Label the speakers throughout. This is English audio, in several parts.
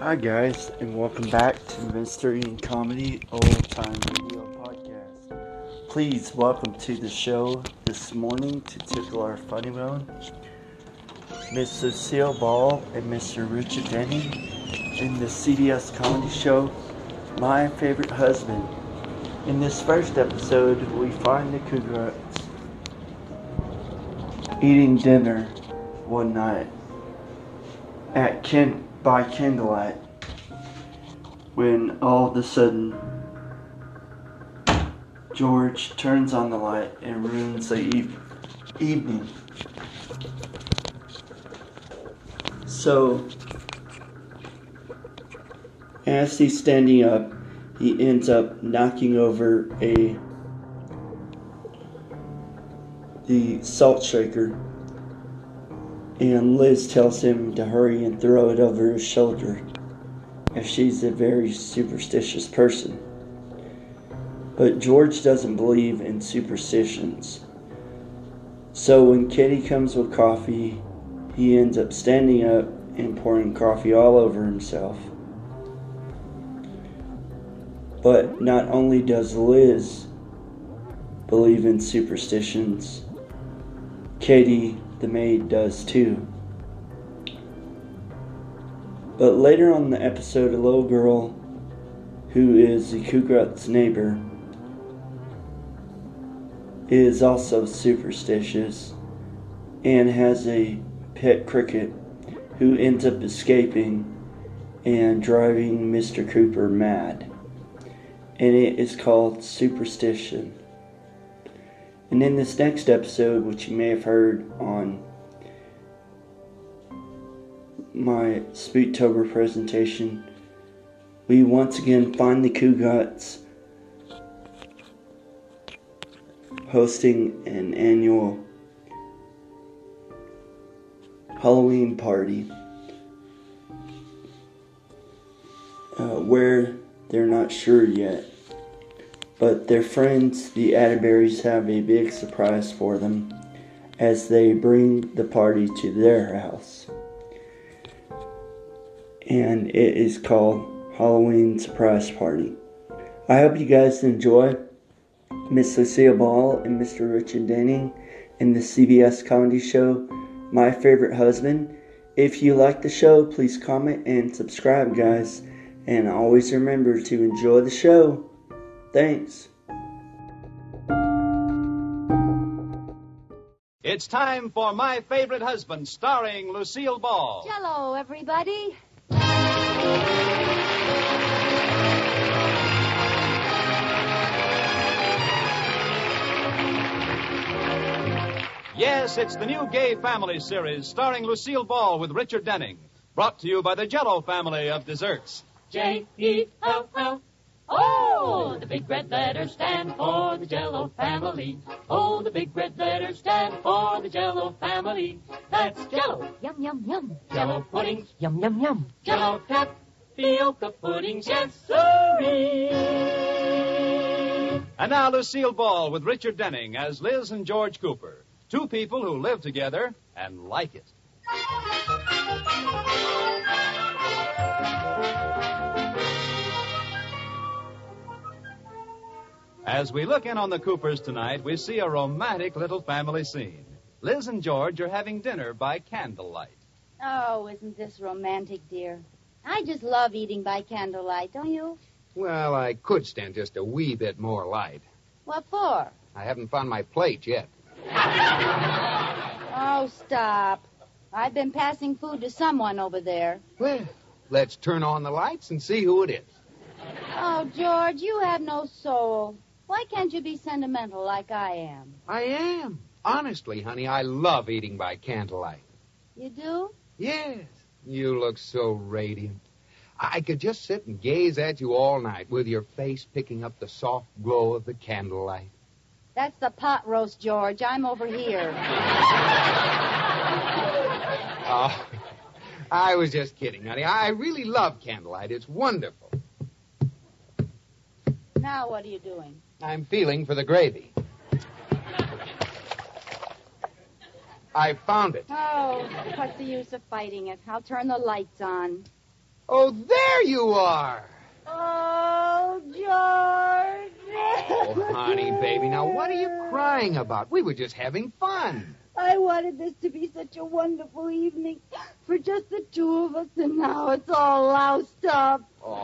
Speaker 1: Hi guys, and welcome back to Mystery and Comedy Old Time Radio Podcast. Please welcome to the show this morning to tickle our funny bone, Miss Cecile Ball and Mr. Richard Denny in the CBS comedy show My Favorite Husband. In this first episode, we find the Cougars eating dinner one night at kin- by candlelight when all of a sudden George turns on the light and ruins the eve- evening. So, as he's standing up, he ends up knocking over a the salt shaker and Liz tells him to hurry and throw it over his shoulder, as she's a very superstitious person. But George doesn't believe in superstitions. So when Kitty comes with coffee, he ends up standing up and pouring coffee all over himself. But not only does Liz believe in superstitions, Katie, the maid, does too. But later on in the episode, a little girl who is the Kugrut's neighbor is also superstitious and has a pet cricket who ends up escaping and driving Mr. Cooper mad. And it is called Superstition. And in this next episode, which you may have heard on my Spooktober presentation, we once again find the Cougars hosting an annual Halloween party uh, where they're not sure yet but their friends, the Atterburys, have a big surprise for them as they bring the party to their house. And it is called Halloween Surprise Party. I hope you guys enjoy Miss Lucia Ball and Mr. Richard Denning in the CBS comedy show My Favorite Husband. If you like the show, please comment and subscribe, guys. And always remember to enjoy the show. Thanks.
Speaker 2: It's time for My Favorite Husband, starring Lucille Ball.
Speaker 3: Hello, everybody.
Speaker 2: Yes, it's the new gay family series starring Lucille Ball with Richard Denning. Brought to you by the Jello family of desserts.
Speaker 4: J E L L. Oh, the big red letters stand for the Jello family. Oh, the big red letters stand for the Jello family. That's Jello,
Speaker 3: Yum, yum, yum.
Speaker 4: Jello puddings,
Speaker 3: Yum, yum, yum.
Speaker 4: Jello tapioca puddings, yes sirree.
Speaker 2: And now Lucille Ball with Richard Denning as Liz and George Cooper, two people who live together and like it. As we look in on the Coopers tonight, we see a romantic little family scene. Liz and George are having dinner by candlelight.
Speaker 5: Oh, isn't this romantic, dear? I just love eating by candlelight, don't you?
Speaker 6: Well, I could stand just a wee bit more light.
Speaker 5: What for?
Speaker 6: I haven't found my plate yet.
Speaker 5: Oh, stop. I've been passing food to someone over there.
Speaker 6: Well, let's turn on the lights and see who it is.
Speaker 5: Oh, George, you have no soul. Why can't you be sentimental like I am?
Speaker 6: I am. Honestly, honey, I love eating by candlelight.
Speaker 5: You do?
Speaker 6: Yes, you look so radiant. I I could just sit and gaze at you all night with your face picking up the soft glow of the candlelight.
Speaker 5: That's the pot roast, George. I'm over here.
Speaker 6: Oh, I was just kidding, honey. I really love candlelight. It's wonderful.
Speaker 5: Now what are you doing?
Speaker 6: I'm feeling for the gravy. I found it.
Speaker 5: Oh, what's the use of fighting it? I'll turn the lights on.
Speaker 6: Oh, there you are.
Speaker 5: Oh, George.
Speaker 6: Oh, honey, baby, now what are you crying about? We were just having fun.
Speaker 5: I wanted this to be such a wonderful evening for just the two of us, and now it's all loused up.
Speaker 6: Oh,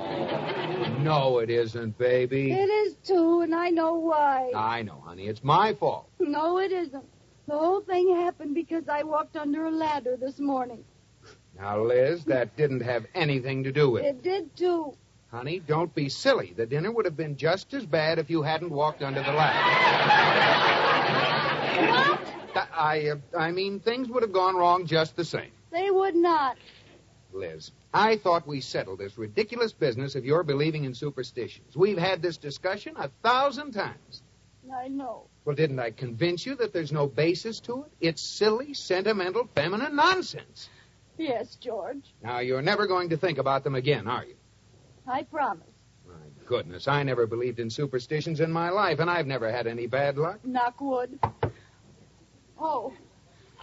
Speaker 6: no, it isn't, baby.
Speaker 5: It is too, and I know why.
Speaker 6: I know, honey. It's my fault.
Speaker 5: No, it isn't. The whole thing happened because I walked under a ladder this morning.
Speaker 6: Now, Liz, that didn't have anything to do with it.
Speaker 5: It did too.
Speaker 6: Honey, don't be silly. The dinner would have been just as bad if you hadn't walked under the ladder. What? I, uh, I mean, things would have gone wrong just the same.
Speaker 5: They would not.
Speaker 6: Liz, I thought we settled this ridiculous business of your believing in superstitions. We've had this discussion a thousand times.
Speaker 5: I know.
Speaker 6: Well, didn't I convince you that there's no basis to it? It's silly, sentimental, feminine nonsense.
Speaker 5: Yes, George.
Speaker 6: Now, you're never going to think about them again, are you?
Speaker 5: I promise.
Speaker 6: My goodness, I never believed in superstitions in my life, and I've never had any bad luck.
Speaker 5: Knock wood. Oh,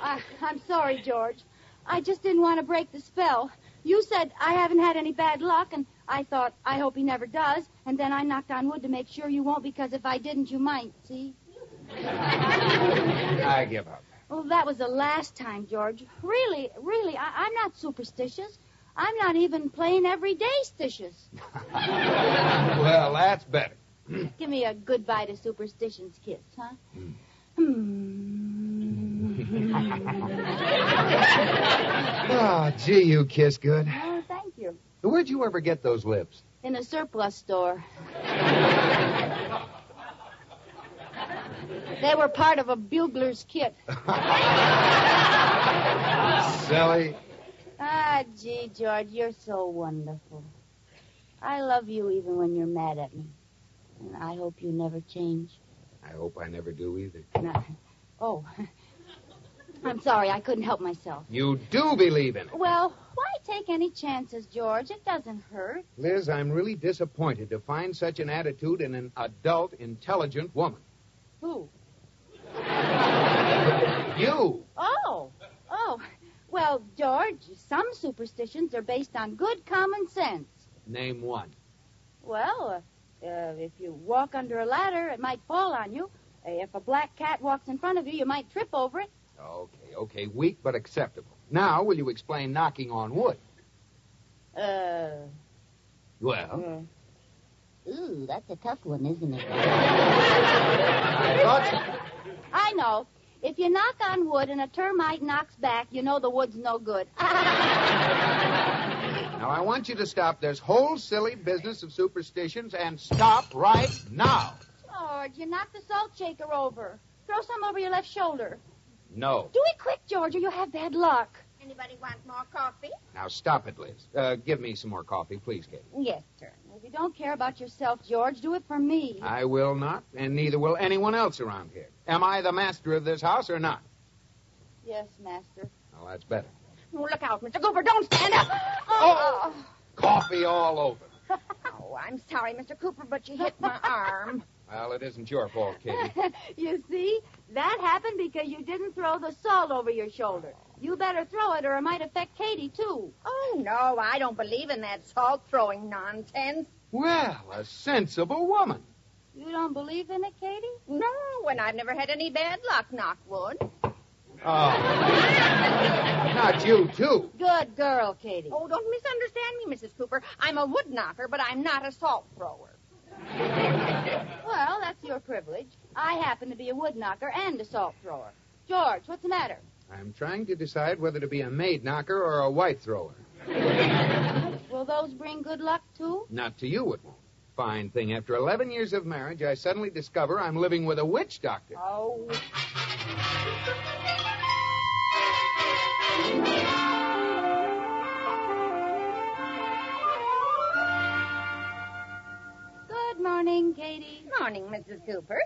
Speaker 5: I, I'm sorry, George. I just didn't want to break the spell. You said I haven't had any bad luck, and I thought, I hope he never does. And then I knocked on wood to make sure you won't, because if I didn't, you might, see?
Speaker 6: I give up.
Speaker 5: Well, that was the last time, George. Really, really, I- I'm not superstitious. I'm not even plain everyday stitious.
Speaker 6: Well, that's better.
Speaker 5: Give me a goodbye to superstition's kiss, huh?
Speaker 6: Oh, gee, you kiss good.
Speaker 5: Oh, thank you.
Speaker 6: Where'd you ever get those lips?
Speaker 5: In a surplus store. they were part of a bugler's kit.
Speaker 6: Sally.
Speaker 5: Ah, gee, George, you're so wonderful. I love you even when you're mad at me. And I hope you never change.
Speaker 6: I hope I never do either.
Speaker 5: And I- oh, I'm sorry, I couldn't help myself.
Speaker 6: You do believe in it.
Speaker 5: Well, why take any chances, George? It doesn't hurt.
Speaker 6: Liz, I'm really disappointed to find such an attitude in an adult, intelligent woman.
Speaker 5: Who?
Speaker 6: You!
Speaker 5: Oh, oh. Well, George, some superstitions are based on good common sense.
Speaker 6: Name one.
Speaker 5: Well, uh, uh, if you walk under a ladder, it might fall on you. Uh, If a black cat walks in front of you, you might trip over it.
Speaker 6: Okay, okay, weak but acceptable. Now, will you explain knocking on wood?
Speaker 5: Uh,
Speaker 6: Well,
Speaker 7: Ooh, that's a tough one, isn't it?
Speaker 6: I thought
Speaker 5: I know. If you knock on wood and a termite knocks back, you know the wood's no good.
Speaker 6: Now, I want you to stop this whole silly business of superstitions and stop right now.
Speaker 5: George, you knocked the salt shaker over. Throw some over your left shoulder.
Speaker 6: No.
Speaker 5: Do it quick, George, or you'll have bad luck.
Speaker 7: Anybody want more coffee?
Speaker 6: Now, stop it, Liz. Uh, give me some more coffee, please, Kate.
Speaker 5: Yes, sir. If you don't care about yourself, George, do it for me.
Speaker 6: I will not, and neither will anyone else around here. Am I the master of this house or not?
Speaker 5: Yes, master.
Speaker 6: Well, that's better.
Speaker 7: Oh, look out, Mr. Cooper, don't stand up.
Speaker 5: Oh.
Speaker 6: Coffee all over.
Speaker 7: Oh, I'm sorry, Mr. Cooper, but you hit my arm.
Speaker 6: Well, it isn't your fault, Katie.
Speaker 5: you see, that happened because you didn't throw the salt over your shoulder. You better throw it, or it might affect Katie, too.
Speaker 7: Oh, no, I don't believe in that salt throwing nonsense.
Speaker 6: Well, a sensible woman.
Speaker 5: You don't believe in it, Katie?
Speaker 7: No, and I've never had any bad luck, Knockwood.
Speaker 6: Oh. not you, too.
Speaker 5: Good girl, Katie.
Speaker 7: Oh, don't misunderstand me, Mrs. Cooper. I'm a wood knocker, but I'm not a salt thrower.
Speaker 5: Well, that's your privilege. I happen to be a wood knocker and a salt thrower. George, what's the matter?
Speaker 6: I'm trying to decide whether to be a maid knocker or a white thrower.
Speaker 5: Will those bring good luck, too?
Speaker 6: Not to you, it won't. Fine thing. After 11 years of marriage, I suddenly discover I'm living with a witch doctor.
Speaker 7: Oh,
Speaker 5: Good morning, Katie.
Speaker 7: morning, Mrs. Cooper.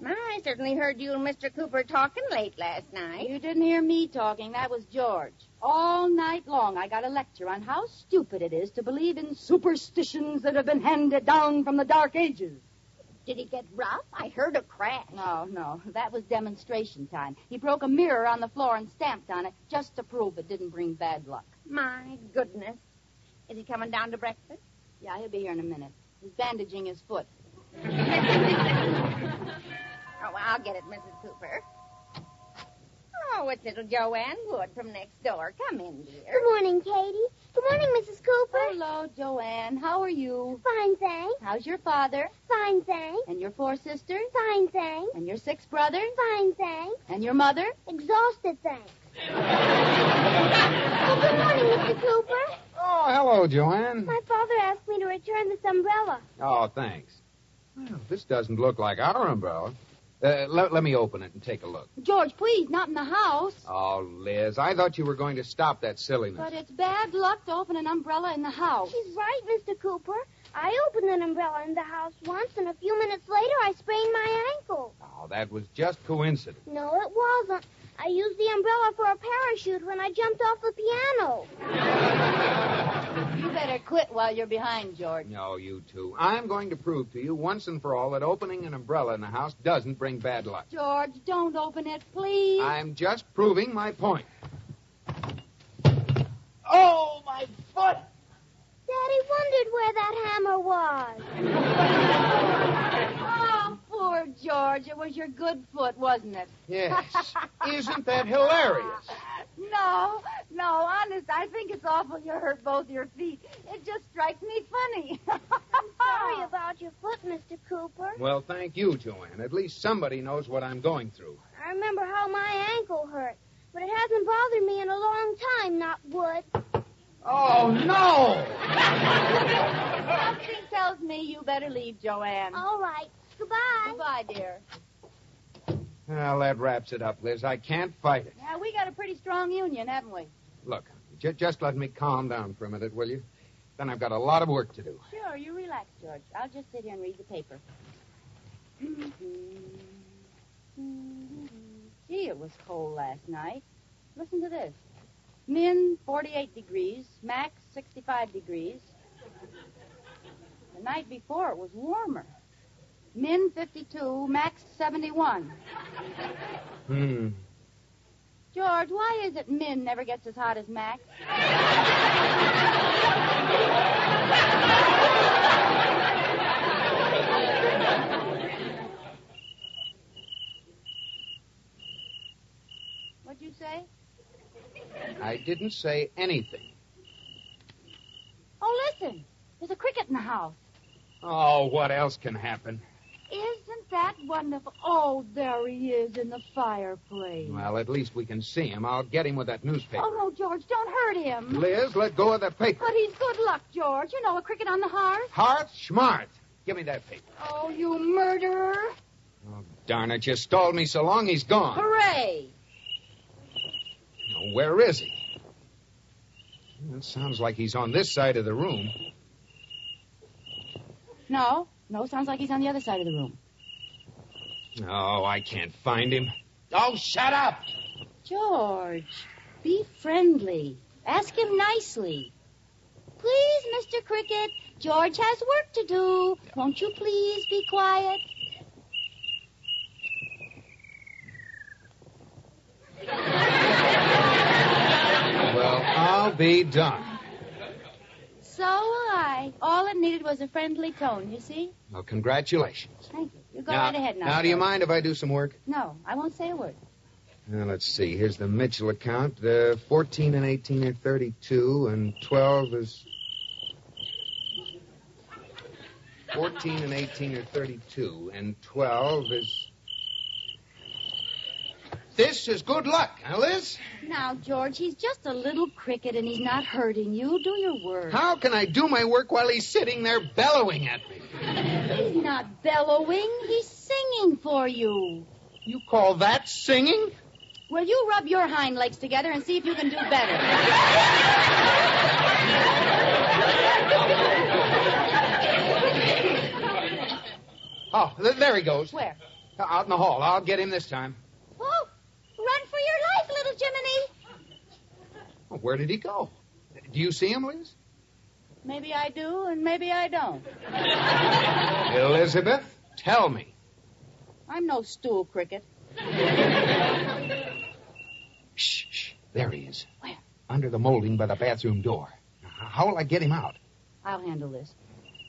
Speaker 7: My, I certainly heard you and Mr. Cooper talking late last night.
Speaker 5: You didn't hear me talking. That was George. All night long, I got a lecture on how stupid it is to believe in superstitions that have been handed down from the Dark Ages.
Speaker 7: Did he get rough? I heard a crash.
Speaker 5: No, no, that was demonstration time. He broke a mirror on the floor and stamped on it just to prove it didn't bring bad luck.
Speaker 7: My goodness.
Speaker 8: Is he coming down to breakfast?
Speaker 5: Yeah, he'll be here in a minute. He's bandaging his foot.
Speaker 8: Oh, well, I'll get it, Mrs. Cooper. Oh, it's little Joanne Wood from next door. Come in, dear.
Speaker 7: Good morning, Katie. Good morning, Mrs. Cooper.
Speaker 5: Hello, Joanne. How are you?
Speaker 7: Fine, thanks.
Speaker 5: How's your father?
Speaker 7: Fine, thanks.
Speaker 5: And your four sisters?
Speaker 7: Fine, thanks.
Speaker 5: And your six brothers?
Speaker 7: Fine, thanks.
Speaker 5: And your mother?
Speaker 7: Exhausted, thanks. well, good morning, Mr. Cooper.
Speaker 6: Oh, hello, Joanne.
Speaker 7: My father asked me to return this umbrella.
Speaker 6: Oh, thanks. Well, this doesn't look like our umbrella. Uh, let, let me open it and take a look.
Speaker 5: George, please, not in the house.
Speaker 6: Oh, Liz, I thought you were going to stop that silliness.
Speaker 5: But it's bad luck to open an umbrella in the house.
Speaker 7: She's right, Mr. Cooper. I opened an umbrella in the house once, and a few minutes later, I sprained my ankle.
Speaker 6: Oh, that was just coincidence.
Speaker 7: No, it wasn't. I used the umbrella for a parachute when I jumped off the piano.
Speaker 5: You better quit while you're behind, George.
Speaker 6: No, you two. I'm going to prove to you once and for all that opening an umbrella in the house doesn't bring bad luck.
Speaker 5: George, don't open it, please.
Speaker 6: I'm just proving my point.
Speaker 7: Daddy wondered where that hammer was.
Speaker 5: Oh, poor George. It was your good foot, wasn't it?
Speaker 6: Yes. Isn't that hilarious?
Speaker 5: No, no, honest, I think it's awful you hurt both your feet. It just strikes me funny.
Speaker 7: Sorry about your foot, Mr. Cooper.
Speaker 6: Well, thank you, Joanne. At least somebody knows what I'm going through.
Speaker 7: I remember how my ankle hurt, but it hasn't bothered me in a long time, not wood.
Speaker 6: Oh, no!
Speaker 5: Something tells me you better leave, Joanne.
Speaker 7: All right. Goodbye.
Speaker 5: Goodbye, dear.
Speaker 6: Well, that wraps it up, Liz. I can't fight it.
Speaker 5: Yeah, we got a pretty strong union, haven't we?
Speaker 6: Look, j- just let me calm down for a minute, will you? Then I've got a lot of work to do.
Speaker 5: Sure, you relax, George. I'll just sit here and read the paper. Gee, it was cold last night. Listen to this. Min 48 degrees, max 65 degrees. The night before it was warmer. Min 52, max 71.
Speaker 6: Hmm.
Speaker 5: George, why is it Min never gets as hot as Max? What'd you say?
Speaker 6: I didn't say anything.
Speaker 5: Oh, listen. There's a cricket in the house.
Speaker 6: Oh, what else can happen?
Speaker 5: Isn't that wonderful? Oh, there he is in the fireplace.
Speaker 6: Well, at least we can see him. I'll get him with that newspaper.
Speaker 5: Oh, no, George, don't hurt him.
Speaker 6: Liz, let go of that paper.
Speaker 5: But he's good luck, George. You know, a cricket on the hearth.
Speaker 6: Hart, smart. Give me that paper.
Speaker 5: Oh, you murderer.
Speaker 6: Darn it, you stalled me so long, he's gone.
Speaker 5: Hooray.
Speaker 6: Now, where is he? It sounds like he's on this side of the room.
Speaker 5: No, no, sounds like he's on the other side of the room.
Speaker 6: Oh, I can't find him. Oh, shut up!
Speaker 5: George, be friendly. Ask him nicely.
Speaker 7: Please, Mr. Cricket, George has work to do. Won't you please be quiet?
Speaker 6: Well, I'll be done.
Speaker 5: So will I. All it needed was a friendly tone, you see?
Speaker 6: Well, congratulations.
Speaker 5: Thank you. You go right ahead now.
Speaker 6: Now, do you
Speaker 5: George.
Speaker 6: mind if I do some work?
Speaker 5: No, I won't say a word.
Speaker 6: Now, let's see. Here's the Mitchell account. The 14 and 18 are 32, and 12 is. 14 and 18 are 32, and 12 is. This is good luck, huh, Liz?
Speaker 5: Now, George, he's just a little cricket and he's not hurting you. Do your work.
Speaker 6: How can I do my work while he's sitting there bellowing at me?
Speaker 5: He's not bellowing, he's singing for you.
Speaker 6: You call that singing?
Speaker 5: Will you rub your hind legs together and see if you can do better?
Speaker 6: Oh, th- there he goes. Uh,
Speaker 5: Where?
Speaker 6: Out in the hall. I'll get him this time.
Speaker 7: Oh, run for your life, little Jiminy.
Speaker 6: Oh, Where did he go? Do you see him, Liz?
Speaker 5: Maybe I do and maybe I don't.
Speaker 6: Elizabeth, tell me.
Speaker 5: I'm no stool cricket.
Speaker 6: Shh, shh. There he is.
Speaker 5: Where?
Speaker 6: Under the molding by the bathroom door. How will I get him out?
Speaker 5: I'll handle this.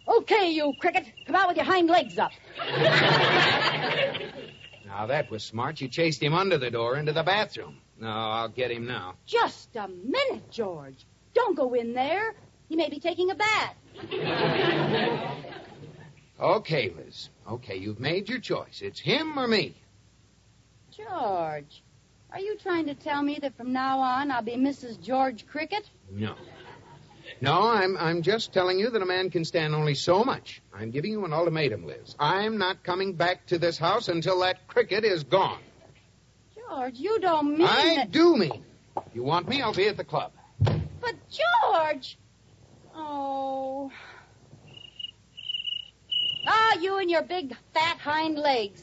Speaker 5: Okay, you cricket. Come out with your hind legs up.
Speaker 6: Now, that was smart. You chased him under the door into the bathroom. No, I'll get him now.
Speaker 5: Just a minute, George. Don't go in there. He may be taking a bath.
Speaker 6: Okay, Liz. Okay, you've made your choice. It's him or me.
Speaker 5: George, are you trying to tell me that from now on I'll be Mrs. George Cricket?
Speaker 6: No. No, I'm, I'm just telling you that a man can stand only so much. I'm giving you an ultimatum, Liz. I'm not coming back to this house until that cricket is gone.
Speaker 5: George, you don't mean
Speaker 6: I
Speaker 5: that.
Speaker 6: do mean. If you want me, I'll be at the club.
Speaker 5: But George, oh, ah, you and your big fat hind legs.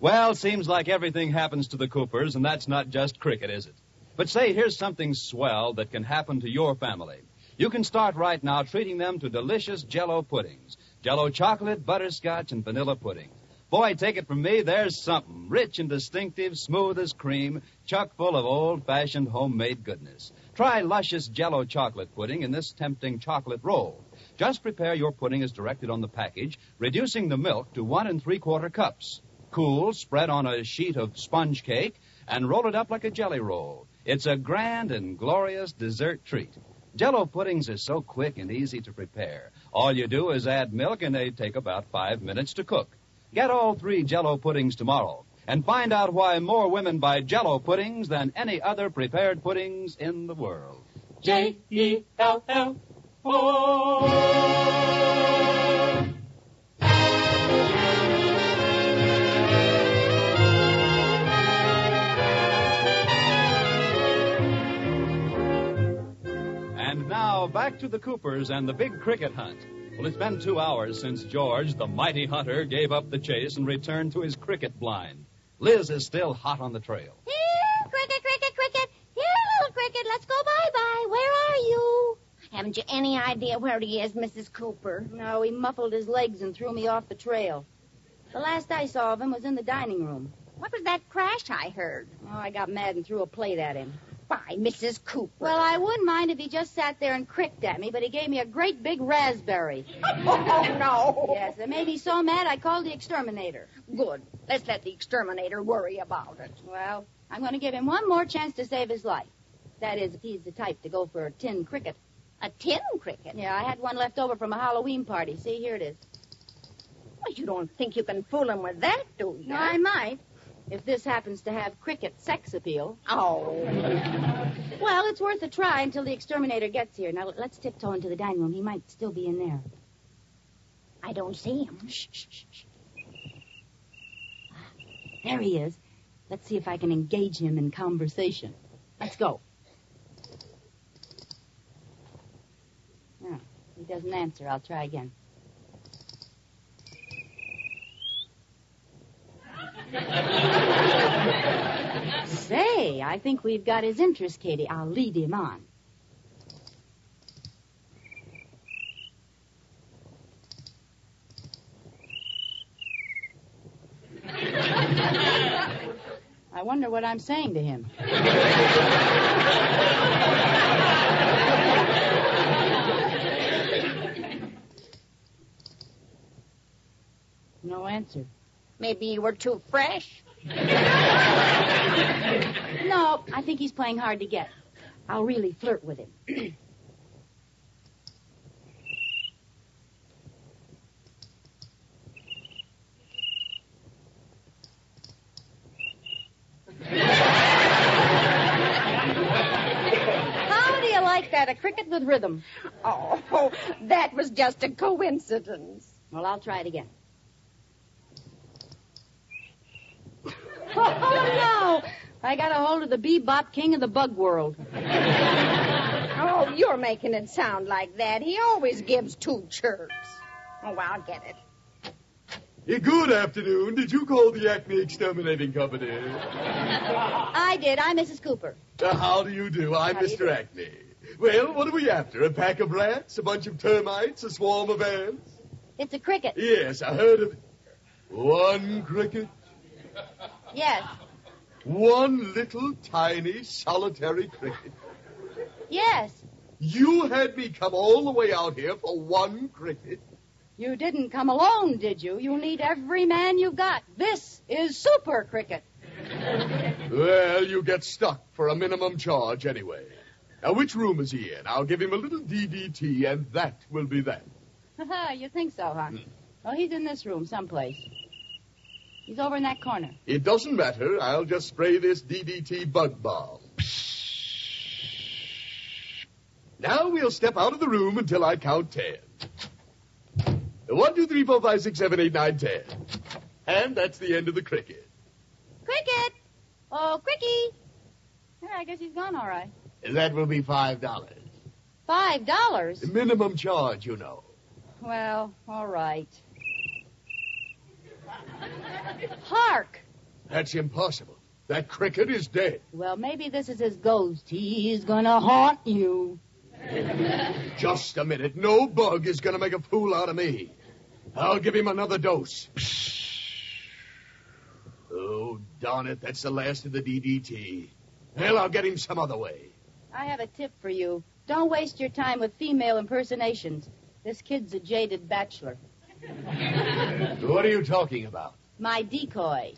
Speaker 2: Well, seems like everything happens to the Coopers, and that's not just cricket, is it? But say, here's something swell that can happen to your family. You can start right now treating them to delicious jello puddings jello chocolate, butterscotch, and vanilla pudding. Boy, take it from me, there's something rich and distinctive, smooth as cream, chock full of old fashioned homemade goodness. Try luscious jello chocolate pudding in this tempting chocolate roll. Just prepare your pudding as directed on the package, reducing the milk to one and three quarter cups. Cool, spread on a sheet of sponge cake, and roll it up like a jelly roll. It's a grand and glorious dessert treat. Jello puddings are so quick and easy to prepare. All you do is add milk, and they take about five minutes to cook. Get all three jello puddings tomorrow, and find out why more women buy jello puddings than any other prepared puddings in the world.
Speaker 9: J E L L O.
Speaker 2: And now back to the Coopers and the big cricket hunt. Well, it's been two hours since George, the mighty hunter, gave up the chase and returned to his cricket blind. Liz is still hot on the trail.
Speaker 7: Here, cricket, cricket, cricket. Here, little cricket, let's go bye-bye. Where are you?
Speaker 3: Haven't you any idea where he is, Mrs. Cooper?
Speaker 5: No, he muffled his legs and threw me off the trail. The last I saw of him was in the dining room.
Speaker 3: What was that crash I heard?
Speaker 5: Oh, I got mad and threw a plate at him.
Speaker 3: Why, Mrs. Cooper.
Speaker 5: Well, I wouldn't mind if he just sat there and cricked at me, but he gave me a great big raspberry.
Speaker 3: oh, no.
Speaker 5: Yes, it made me so mad I called the exterminator.
Speaker 3: Good. Let's let the exterminator worry about it.
Speaker 5: Well, I'm going to give him one more chance to save his life. That is, if he's the type to go for a tin cricket.
Speaker 3: A tin cricket?
Speaker 5: Yeah, I had one left over from a Halloween party. See, here it is.
Speaker 3: Well, you don't think you can fool him with that, do you?
Speaker 5: No, I might. If this happens to have cricket sex appeal.
Speaker 3: Oh.
Speaker 5: Well, it's worth a try until the exterminator gets here. Now, let's tiptoe into the dining room. He might still be in there.
Speaker 3: I don't see him.
Speaker 5: Shh, shh, shh, shh. Ah, There he is. Let's see if I can engage him in conversation. Let's go. No, Ah, he doesn't answer. I'll try again. Say, I think we've got his interest, Katie. I'll lead him on. I wonder what I'm saying to him. No answer.
Speaker 3: Maybe you were too fresh.
Speaker 5: No, I think he's playing hard to get. I'll really flirt with him. How do you like that? A cricket with rhythm.
Speaker 3: Oh, that was just a coincidence.
Speaker 5: Well, I'll try it again. oh, no! I got a hold of the bebop king of the bug world.
Speaker 3: Oh, you're making it sound like that. He always gives two chirps. Oh, I'll get it.
Speaker 10: Good afternoon. Did you call the Acme Exterminating Company?
Speaker 5: I did. I'm Mrs. Cooper.
Speaker 10: Uh, how do you do? I'm
Speaker 5: How do you do?
Speaker 10: Mr. Acme. Well, what are we after? A pack of rats? A bunch of termites? A swarm of ants?
Speaker 5: It's a cricket.
Speaker 10: Yes, I heard of it. One cricket,
Speaker 5: Yes.
Speaker 10: one little tiny solitary cricket.
Speaker 5: Yes.
Speaker 10: You had me come all the way out here for one cricket.
Speaker 5: You didn't come alone, did you? You need every man you got. This is super cricket.
Speaker 10: Well, you get stuck for a minimum charge anyway. Now, which room is he in? I'll give him a little DDT, and that will be that.
Speaker 5: you think so, huh? Well, he's in this room someplace. He's over in that corner.
Speaker 10: It doesn't matter. I'll just spray this DDT bug bomb. Now we'll step out of the room until I count ten. One, two, three, four, five, six, seven, eight, nine, ten. And that's the end of the cricket.
Speaker 5: Cricket! Oh, Cricky! Yeah, I guess he's gone all right.
Speaker 10: That will be five dollars.
Speaker 5: Five dollars?
Speaker 10: Minimum charge, you know.
Speaker 5: Well, all right. Hark!
Speaker 10: That's impossible. That cricket is dead.
Speaker 5: Well, maybe this is his ghost. He's gonna haunt you.
Speaker 10: Just a minute. No bug is going to make a fool out of me. I'll give him another dose. Oh, darn it. That's the last of the DDT. Well, I'll get him some other way.
Speaker 5: I have a tip for you. Don't waste your time with female impersonations. This kid's a jaded bachelor.
Speaker 10: What are you talking about?
Speaker 5: My decoy.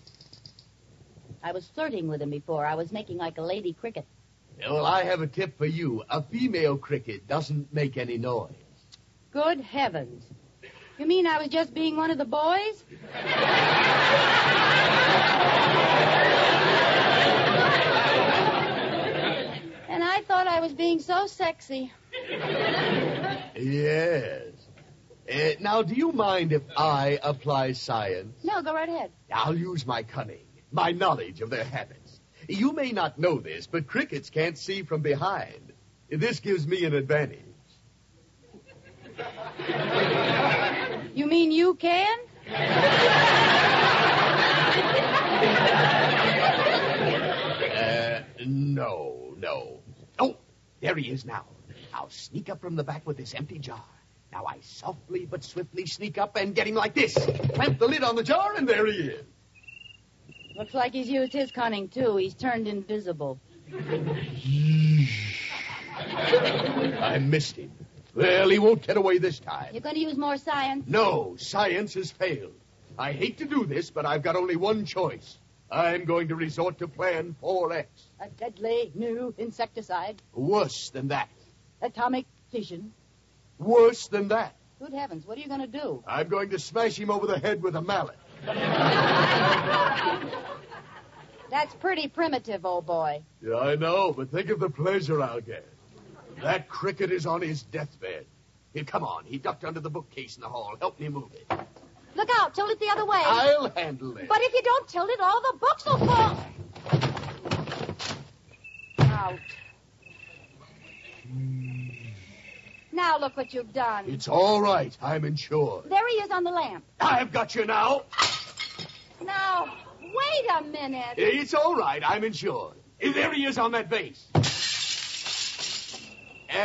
Speaker 5: I was flirting with him before. I was making like a lady cricket.
Speaker 10: Well, I have a tip for you. A female cricket doesn't make any noise.
Speaker 5: Good heavens. You mean I was just being one of the boys? and I thought I was being so sexy.
Speaker 10: Yes. Uh, now, do you mind if I apply science?
Speaker 5: No, go right ahead.
Speaker 10: I'll use my cunning, my knowledge of their habits. You may not know this, but crickets can't see from behind. This gives me an advantage.
Speaker 5: You mean you can?
Speaker 10: Uh, no, no. Oh, there he is now. I'll sneak up from the back with this empty jar. Now I softly but swiftly sneak up and get him like this. Clamp the lid on the jar, and there he is.
Speaker 5: Looks like he's used his cunning, too. He's turned invisible.
Speaker 10: I missed him. Well, he won't get away this time.
Speaker 5: You're going to use more science?
Speaker 10: No, science has failed. I hate to do this, but I've got only one choice. I'm going to resort to plan 4X.
Speaker 5: A deadly new insecticide,
Speaker 10: Worse than that.
Speaker 5: atomic fission.
Speaker 10: Worse than that.
Speaker 5: Good heavens, what are you going to do?
Speaker 10: I'm going to smash him over the head with a mallet.
Speaker 5: That's pretty primitive, old boy.
Speaker 10: Yeah, I know, but think of the pleasure I'll get. That cricket is on his deathbed. Here, come on. He ducked under the bookcase in the hall. Help me move it.
Speaker 5: Look out, tilt it the other way.
Speaker 10: I'll handle it.
Speaker 5: But if you don't tilt it, all the books will fall. Out. Now look what you've done.
Speaker 10: It's all right. I'm insured.
Speaker 5: There he is on the lamp.
Speaker 10: I've got you now.
Speaker 5: Now, wait a minute.
Speaker 10: It's all right. I'm insured. There he is on that base. Uh,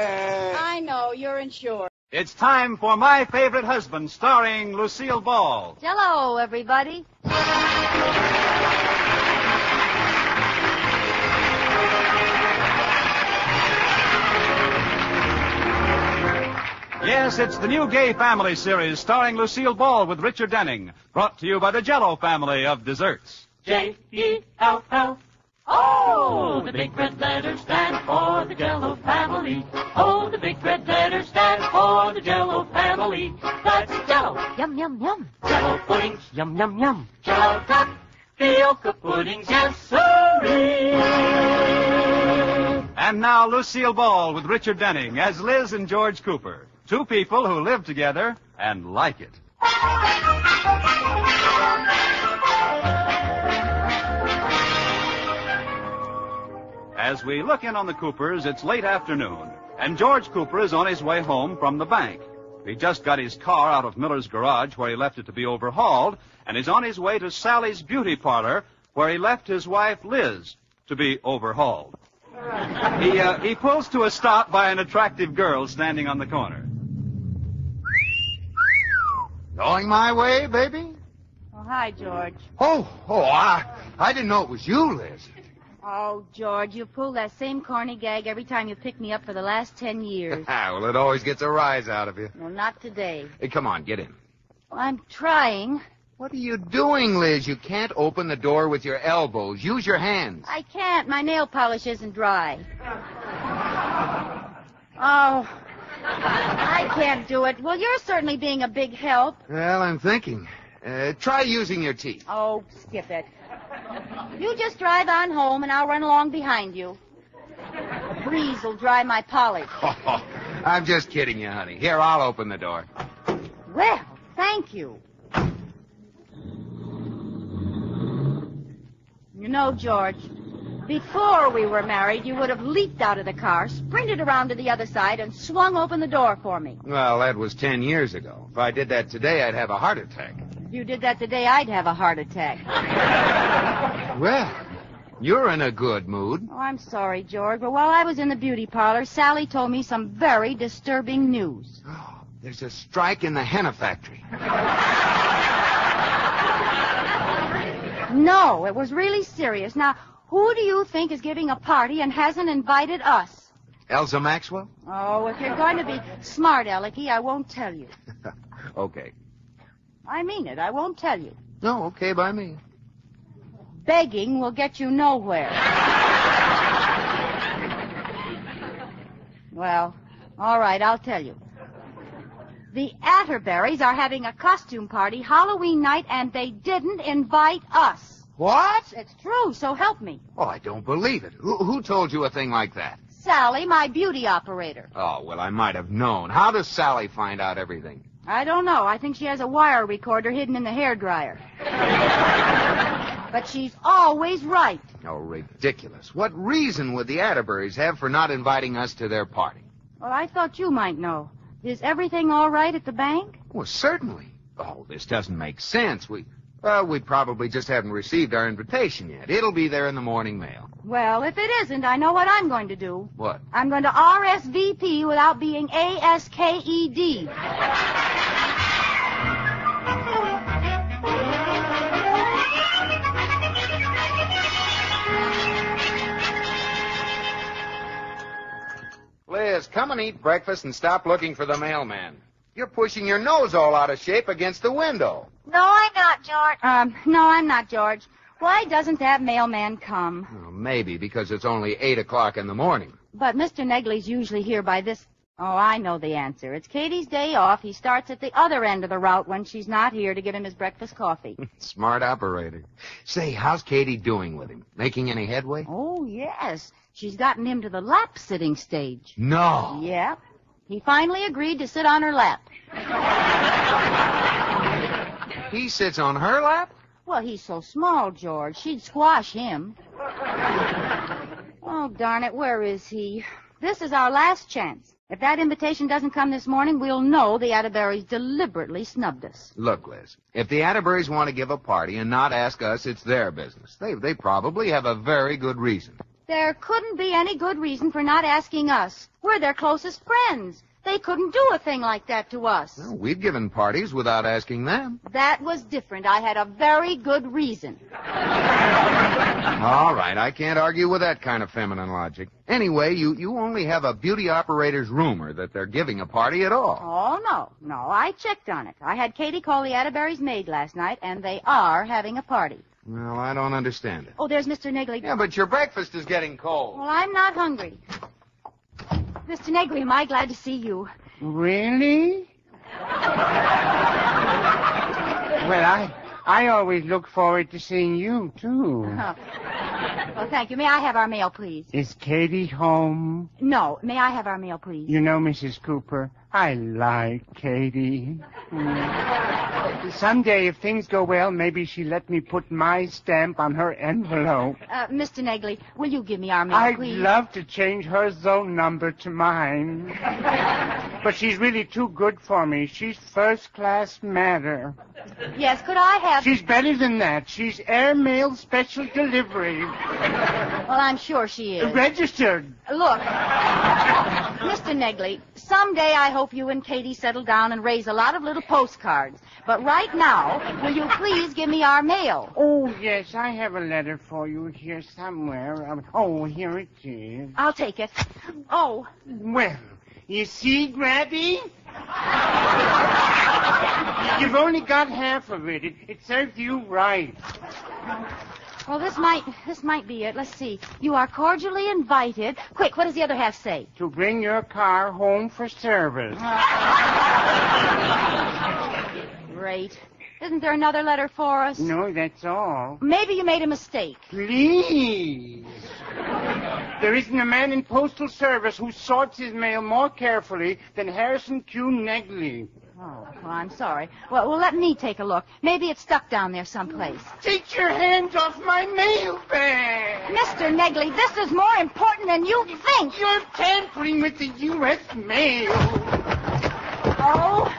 Speaker 5: I know, you're insured.
Speaker 2: It's time for My Favorite Husband, starring Lucille Ball.
Speaker 5: Hello, everybody.
Speaker 2: Yes, it's the new gay family series starring Lucille Ball with Richard Denning, brought to you by the Jello family of desserts.
Speaker 4: J E L L. Oh, the big red letters stand for the Jello family. Oh, the big red letters stand for the Jello family. That's Jello,
Speaker 11: Yum, yum, yum.
Speaker 4: Jello puddings,
Speaker 11: Yum, yum, yum.
Speaker 4: Jello cup, tapioca puddings, yes sir.
Speaker 2: And now Lucille Ball with Richard Denning as Liz and George Cooper, two people who live together and like it. As we look in on the Coopers, it's late afternoon, and George Cooper is on his way home from the bank. He just got his car out of Miller's garage where he left it to be overhauled, and is on his way to Sally's beauty parlor where he left his wife Liz to be overhauled. He, uh, he pulls to a stop by an attractive girl standing on the corner.
Speaker 6: Going my way, baby?
Speaker 5: Oh, hi, George.
Speaker 6: Oh, oh, I, I didn't know it was you, Liz.
Speaker 5: Oh, George, you pull that same corny gag every time you pick me up for the last ten years.
Speaker 6: well, it always gets a rise out of you.
Speaker 5: well, not today.
Speaker 6: Hey, come on, get in.
Speaker 5: I'm trying.
Speaker 6: What are you doing, Liz? You can't open the door with your elbows. Use your hands.
Speaker 5: I can't. My nail polish isn't dry. Oh, I can't do it. Well, you're certainly being a big help.
Speaker 6: Well, I'm thinking. Uh, try using your teeth.
Speaker 5: Oh, skip it. You just drive on home, and I'll run along behind you. The breeze will dry my polish.
Speaker 6: Oh, I'm just kidding you, honey. Here, I'll open the door.
Speaker 5: Well, thank you. You know, George, before we were married, you would have leaped out of the car, sprinted around to the other side, and swung open the door for me.
Speaker 6: Well, that was ten years ago. If I did that today, I'd have a heart attack.
Speaker 5: If you did that today, I'd have a heart attack.
Speaker 6: Well, you're in a good mood.
Speaker 5: Oh, I'm sorry, George, but while I was in the beauty parlor, Sally told me some very disturbing news.
Speaker 6: There's a strike in the henna factory.
Speaker 5: No, it was really serious. Now, who do you think is giving a party and hasn't invited us?
Speaker 6: Elsa Maxwell?
Speaker 5: Oh, if you're going to be smart, Alecky, I won't tell you.
Speaker 6: Okay.
Speaker 5: I mean it. I won't tell you.
Speaker 6: No, okay by me.
Speaker 5: Begging will get you nowhere. well, all right, I'll tell you. The Atterberries are having a costume party Halloween night, and they didn't invite us.
Speaker 6: What?
Speaker 5: It's true, so help me.
Speaker 6: Oh, I don't believe it. Who, who told you a thing like that?
Speaker 5: Sally, my beauty operator.
Speaker 6: Oh, well, I might have known. How does Sally find out everything?
Speaker 5: I don't know. I think she has a wire recorder hidden in the hairdryer. but she's always right.
Speaker 6: Oh, ridiculous. What reason would the Atterburys have for not inviting us to their party?
Speaker 5: Well, I thought you might know. Is everything all right at the bank?
Speaker 6: Well, certainly. Oh, this doesn't make sense. We, well, we probably just haven't received our invitation yet. It'll be there in the morning mail.
Speaker 5: Well, if it isn't, I know what I'm going to do.
Speaker 6: What?
Speaker 5: I'm going to RSVP without being ASKED.
Speaker 6: Liz, come and eat breakfast and stop looking for the mailman. You're pushing your nose all out of shape against the window.
Speaker 7: No, I'm not, George.
Speaker 5: Um, no, I'm not, George. Why doesn't that mailman come?
Speaker 6: Well, maybe because it's only eight o'clock in the morning.
Speaker 5: But Mr. Negley's usually here by this. Oh, I know the answer. It's Katie's day off. He starts at the other end of the route when she's not here to get him his breakfast coffee.
Speaker 6: Smart operator. Say, how's Katie doing with him? Making any headway?
Speaker 5: oh, yes. She's gotten him to the lap sitting stage.
Speaker 6: No.
Speaker 5: Yep. He finally agreed to sit on her lap.
Speaker 6: He sits on her lap?
Speaker 5: Well, he's so small, George. She'd squash him. oh, darn it. Where is he? This is our last chance. If that invitation doesn't come this morning, we'll know the Atterburys deliberately snubbed us.
Speaker 6: Look, Liz, if the Atterburys want to give a party and not ask us, it's their business. They, they probably have a very good reason.
Speaker 5: There couldn't be any good reason for not asking us. We're their closest friends. They couldn't do a thing like that to us.
Speaker 6: Well, we've given parties without asking them.
Speaker 5: That was different. I had a very good reason.
Speaker 6: All right, I can't argue with that kind of feminine logic. Anyway, you, you only have a beauty operator's rumor that they're giving a party at all.
Speaker 5: Oh, no. No, I checked on it. I had Katie call the Atterbury's maid last night, and they are having a party.
Speaker 6: Well, I don't understand it.
Speaker 5: Oh, there's Mr. Negley.
Speaker 6: Yeah, but your breakfast is getting cold.
Speaker 5: Well, I'm not hungry. Mr. Negley, am I glad to see you?
Speaker 12: Really? well, I I always look forward to seeing you too.
Speaker 5: Oh. Well, Oh, thank you. May I have our mail, please?
Speaker 12: Is Katie home?
Speaker 5: No. May I have our mail, please?
Speaker 12: You know, Mrs. Cooper, I like Katie. Mm. Someday, if things go well, maybe she'll let me put my stamp on her envelope.
Speaker 5: Uh, Mr. Negley, will you give me our mail,
Speaker 12: I'd
Speaker 5: please?
Speaker 12: love to change her zone number to mine. But she's really too good for me. She's first class matter.
Speaker 5: Yes, could I have.
Speaker 12: She's better than that. She's airmail special delivery.
Speaker 5: Well, I'm sure she is.
Speaker 12: Registered.
Speaker 5: Look, Mr. Negley, someday I hope you and Katie settle down and raise a lot of little postcards. But right now, will you please give me our mail?
Speaker 12: Oh, yes, I have a letter for you here somewhere. Um, Oh, here it is.
Speaker 5: I'll take it. Oh.
Speaker 12: Well, you see, Grabby? You've only got half of it. It, it serves you right.
Speaker 5: Well, this might this might be it. Let's see. You are cordially invited. Quick, what does the other half say?
Speaker 12: To bring your car home for service.
Speaker 5: Great. Isn't there another letter for us?
Speaker 12: No, that's all.
Speaker 5: Maybe you made a mistake.
Speaker 12: Please. There isn't a man in postal service who sorts his mail more carefully than Harrison Q. Negley.
Speaker 5: Oh, well, I'm sorry. Well, well, let me take a look. Maybe it's stuck down there someplace.
Speaker 12: Take your hands off my mail bag.
Speaker 5: Mr. Negley, this is more important than you think.
Speaker 12: You're tampering with the U.S. mail.
Speaker 5: Oh,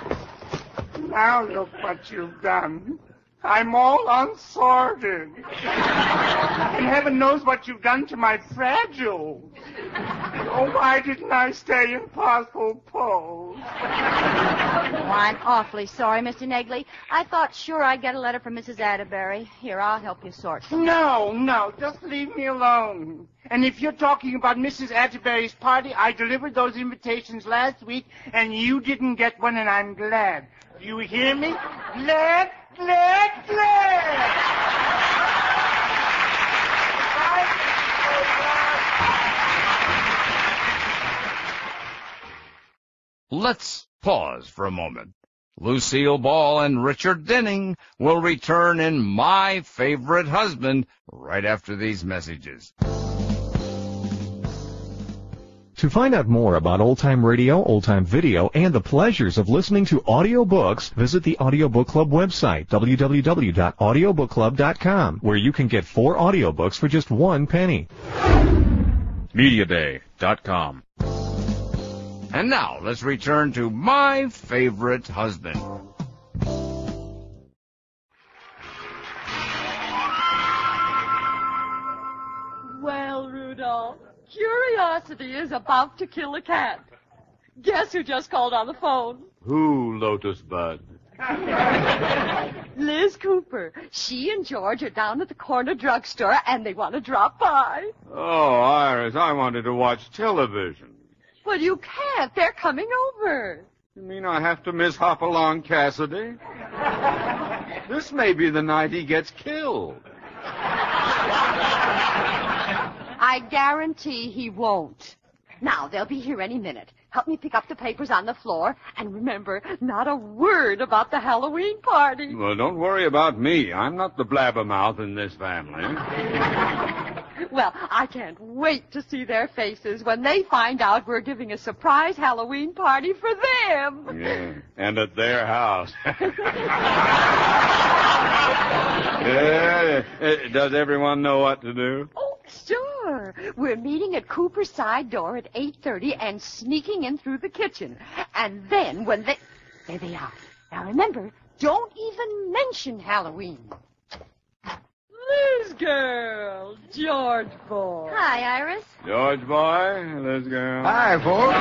Speaker 12: Now look what you've done. I'm all unsorted. and heaven knows what you've done to my fragile. Oh, why didn't I stay in possible pose?
Speaker 5: well, I'm awfully sorry, Mr. Negley. I thought sure I'd get a letter from Mrs. Atterbury. Here, I'll help you sort.
Speaker 12: No, no, just leave me alone. And if you're talking about Mrs. Atterbury's party, I delivered those invitations last week, and you didn't get one, and I'm glad. You hear me? Glad, glad, glad!
Speaker 13: Let's pause for a moment. Lucille Ball and Richard Denning will return in My Favorite Husband right after these messages.
Speaker 14: To find out more about old time radio, old time video, and the pleasures of listening to audiobooks, visit the Audiobook Club website, www.audiobookclub.com, where you can get four audiobooks for just one penny.
Speaker 13: MediaDay.com. And now let's return to My Favorite Husband.
Speaker 15: Well, Rudolph, curiosity is about to kill a cat. Guess who just called on the phone?
Speaker 16: Who, Lotus Bud?
Speaker 15: Liz Cooper. She and George are down at the corner drugstore and they want to drop by.
Speaker 16: Oh, Iris, I wanted to watch television.
Speaker 15: Well, you can't. They're coming over.
Speaker 16: You mean I have to miss Hopalong Cassidy? This may be the night he gets killed.
Speaker 15: I guarantee he won't. Now, they'll be here any minute. Help me pick up the papers on the floor. And remember, not a word about the Halloween party.
Speaker 16: Well, don't worry about me. I'm not the blabbermouth in this family.
Speaker 15: Well, I can't wait to see their faces when they find out we're giving a surprise Halloween party for them.
Speaker 16: Yeah. And at their house. yeah. Uh, Does everyone know what to do?
Speaker 15: Sure. We're meeting at Cooper's side door at 8.30 and sneaking in through the kitchen. And then when they... There they are. Now remember, don't even mention Halloween. Liz girl, George boy.
Speaker 5: Hi, Iris.
Speaker 16: George boy, Liz girl.
Speaker 6: Hi, folks.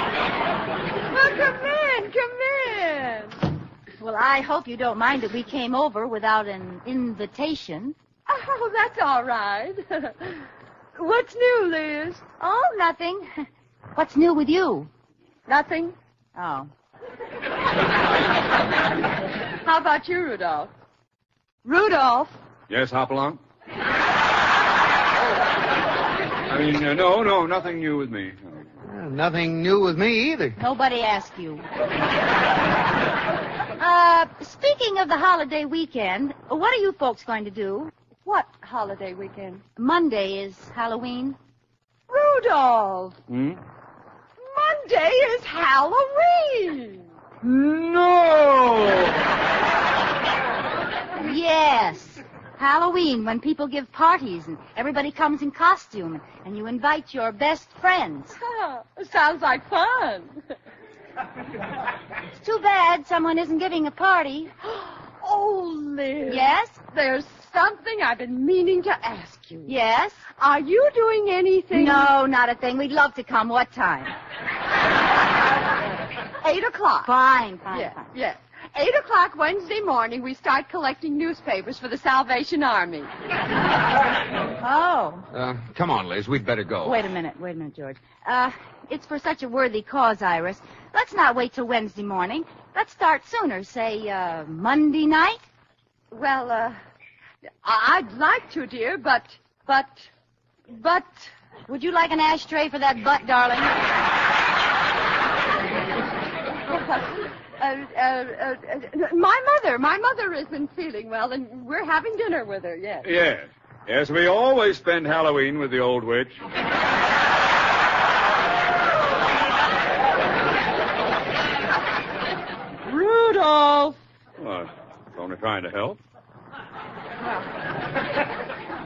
Speaker 15: Well, come in, come in.
Speaker 5: Well, I hope you don't mind that we came over without an invitation.
Speaker 15: Oh, that's all right. What's new, Liz?
Speaker 5: Oh, nothing. What's new with you?
Speaker 15: Nothing.
Speaker 5: Oh.
Speaker 15: How about you, Rudolph? Rudolph?
Speaker 16: Yes, Hopalong? I mean, uh, no, no, nothing new with me.
Speaker 6: Well, nothing new with me either.
Speaker 5: Nobody asked you. Uh, speaking of the holiday weekend, what are you folks going to do?
Speaker 15: What holiday weekend?
Speaker 5: Monday is Halloween.
Speaker 15: Rudolph!
Speaker 16: Hmm?
Speaker 15: Monday is Halloween!
Speaker 16: No!
Speaker 5: Yes. Halloween, when people give parties and everybody comes in costume and, and you invite your best friends.
Speaker 15: Sounds like fun.
Speaker 5: It's too bad someone isn't giving a party.
Speaker 15: Oh, Liz.
Speaker 5: Yes?
Speaker 15: There's something I've been meaning to ask you.
Speaker 5: Yes?
Speaker 15: Are you doing anything?
Speaker 5: No, not a thing. We'd love to come. What time?
Speaker 15: Eight o'clock.
Speaker 5: Fine, fine,
Speaker 15: yes,
Speaker 5: fine.
Speaker 15: yes. Eight o'clock Wednesday morning, we start collecting newspapers for the Salvation Army.
Speaker 5: Oh.
Speaker 6: Uh, come on, Liz. We'd better go.
Speaker 5: Wait a minute, wait a minute, George. Uh, it's for such a worthy cause, Iris. Let's not wait till Wednesday morning. Let's start sooner, say, uh, Monday night.
Speaker 15: Well, uh, I- I'd like to, dear, but, but, but.
Speaker 5: Would you like an ashtray for that butt, darling?
Speaker 15: Uh, uh, uh, uh, my mother, my mother has been feeling well, and we're having dinner with her. Yes.
Speaker 16: Yes. Yes, we always spend Halloween with the old witch.
Speaker 15: Rudolph.
Speaker 16: Well, it's only trying to help.